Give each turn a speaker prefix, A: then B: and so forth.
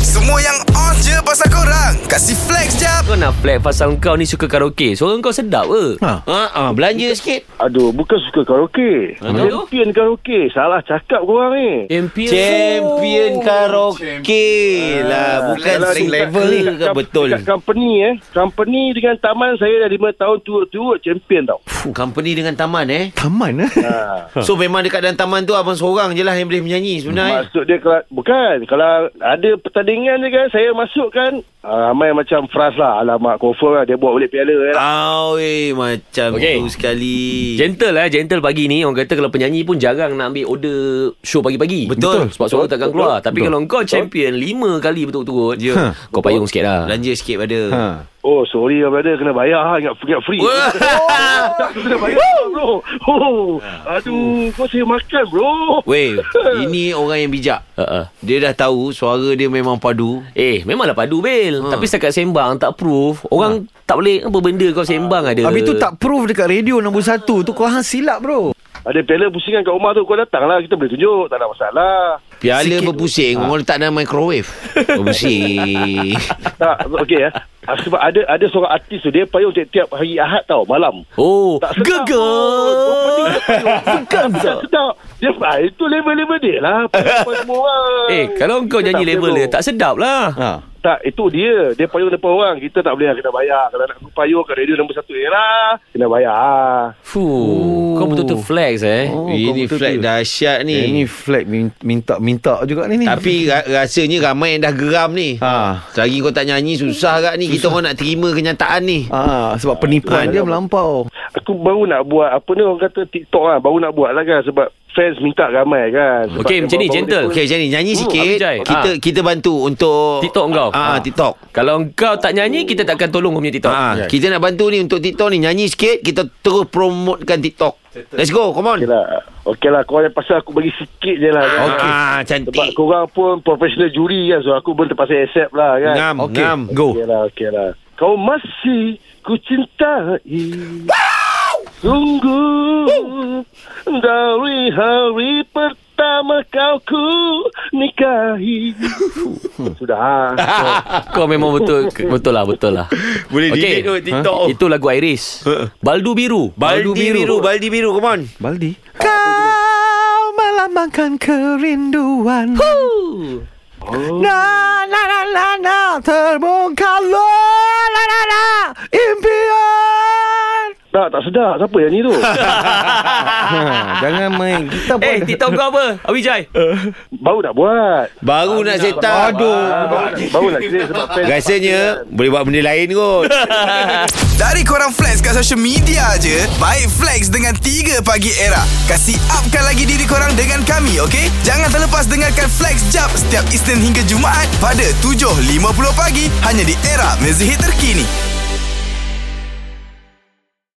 A: Semua yang on je pasal korang Kasih flex jap
B: Kau nak flag pasal kau ni suka karaoke Suara kau sedap ke?
C: Ha.
B: ha, ha belanja sikit
D: Aduh, bukan suka karaoke.
B: Ah, tahu.
D: Champion karaoke. Salah cakap korang ni.
C: Eh,
B: Champion
C: Champion karaoke
B: Ah,
C: lah Bukan
D: Ah, Salah
C: sing
D: dekat-
C: level
D: dekat-
C: ke kan?
D: dekat-
C: betul
D: Dekat company eh. Company dengan taman saya dah 5 tahun turut-turut champion tau.
C: Company dengan taman eh
E: Taman eh
D: Ha.
C: So memang dekat dalam taman tu Abang seorang je lah yang boleh menyanyi sebenarnya
D: Maksud dia kalau bukan kalau ada pertandingan je kan saya masukkan ah, ramai macam Fras lah alamak confirm lah dia buat balik piala eh,
C: Ah.
D: lah.
C: Aoi macam
B: Okey.
C: tu sekali
B: Gentle eh Gentle pagi ni Orang kata kalau penyanyi pun Jarang nak ambil order Show pagi-pagi
C: Betul.
B: Sebab suara takkan keluar Tapi
E: Betul.
B: kalau kau champion Lima kali betul-betul
C: Ya.
E: Ha.
B: Kau payung sikit lah
C: Belanja sikit pada ha.
E: ha.
D: Oh sorry lah brother kena bayar ha ingat, ingat free.
C: Wah.
D: Tak, kena bayar lah, bro. Oh, aduh kau saya makan bro.
C: Weh Ini orang yang bijak
B: Ha-ha.
C: Dia dah tahu Suara dia memang
B: Uh-uh.
C: padu
B: Eh memanglah padu Bil
C: Ha.
B: Tapi setakat sembang Tak proof Orang tak boleh Apa benda kau
C: Ha.
B: sembang ada
E: Habis tu tak proof dekat radio nombor satu Tu kau hang silap bro
D: Ada piala pusingan kat rumah tu kau datang lah kita boleh tunjuk tak ada masalah.
C: Piala
E: Sikit-
C: berpusing ha. Orang letak dalam microwave Berpusing
D: Tak okey eh. Ah, Sebab ada ada seorang artis tu dia payung tiap-tiap hari Ahad tau malam.
B: Oh
D: Tak sedap.
B: Gegar Ah,
D: Bukan tak sedap. Dia ah, itu level-level dia lah. Perempuan semua orang.
B: Eh kalau kau
D: Kita
B: nyanyi
D: tak
B: level
D: boleh,
B: dia
D: bro.
B: Tak sedap lah
E: ha.
D: tak itu dia. Dia payung depan orang. Kita tak boleh lah, kena bayar. Kalau nak payung kat radio nombor satu era, kena bayar. Ah,
C: Oh.
B: Fuh Kau betul-betul flex eh
E: Oh,
C: Ini
E: kau betul
C: flag
E: tu.
C: dahsyat ni
E: Ini Eh, flag min- minta-minta juga ni ni.
C: Tapi ra- rasanya ramai yang dah geram ni
E: Ha.
C: Selagi kau tak nyanyi Susah agak ni Kita orang nak terima kenyataan ni
E: Ah, sebab penipuan dia melampau.
D: Aku baru nak buat apa ni orang kata TikTok lah. Baru nak buat lah kan sebab fans minta ramai kan. Sebab
B: Okey, Oh, macam ni,
D: baru-baru
B: gentle.
D: ni pun-
C: Okay macam ni Nyanyi
B: Hmm,
C: sikit
B: Abang Jai.
C: Kita
B: Ha.
C: kita bantu untuk
B: TikTok kau? Ha.
C: Ah, TikTok
B: Kalau kau tak nyanyi Kita takkan tolong kau punya TikTok
C: Ah,
B: Ya.
C: Kita nak bantu ni Untuk TikTok ni Nyanyi sikit Kita terus promotekan TikTok Let's go Come on
D: Okey lah. Okey lah. Korang yang pasal aku bagi sikit je lah. Kan?
C: Ah,
D: Sebab
C: Cantik
D: korang pun professional juri kan. So aku pun terpaksa accept lah kan.
C: Ngam
E: Okey,
C: Ngam
E: go.
D: Okeylah, okeylah. lah. Kau masih ku cintai. Sungguh dari hari pertama kau ku nikahi. Sudah. ha.
B: Ya. Kau memang betul Betul lah Betul lah
C: Boleh
B: Okey.
C: delete tu TikTok
B: Itu lagu Iris Baldu Biru
C: Baldi biru Baldi biru Come on
E: Baldi. Kau melambangkan kerinduan. Na na na na na terbongkarlah na na na impian.
D: Tak, tak sedap. Siapa yang ni tu?
E: Ha, jangan main kita pun.
B: Eh TikTok kau apa Abijay
D: Baru nak buat.
C: Baru nak set up
D: Baru, nak- baru nak clear sebab fans.
C: Rasanya Boleh buat benda lain kot
A: Dari korang flex kat social media je Baik flex dengan 3 pagi era Kasih upkan lagi diri korang dengan kami okay? Jangan terlepas dengarkan flex jap Setiap Isnin hingga Jumaat Pada 7.50 pagi Hanya di era mezihit terkini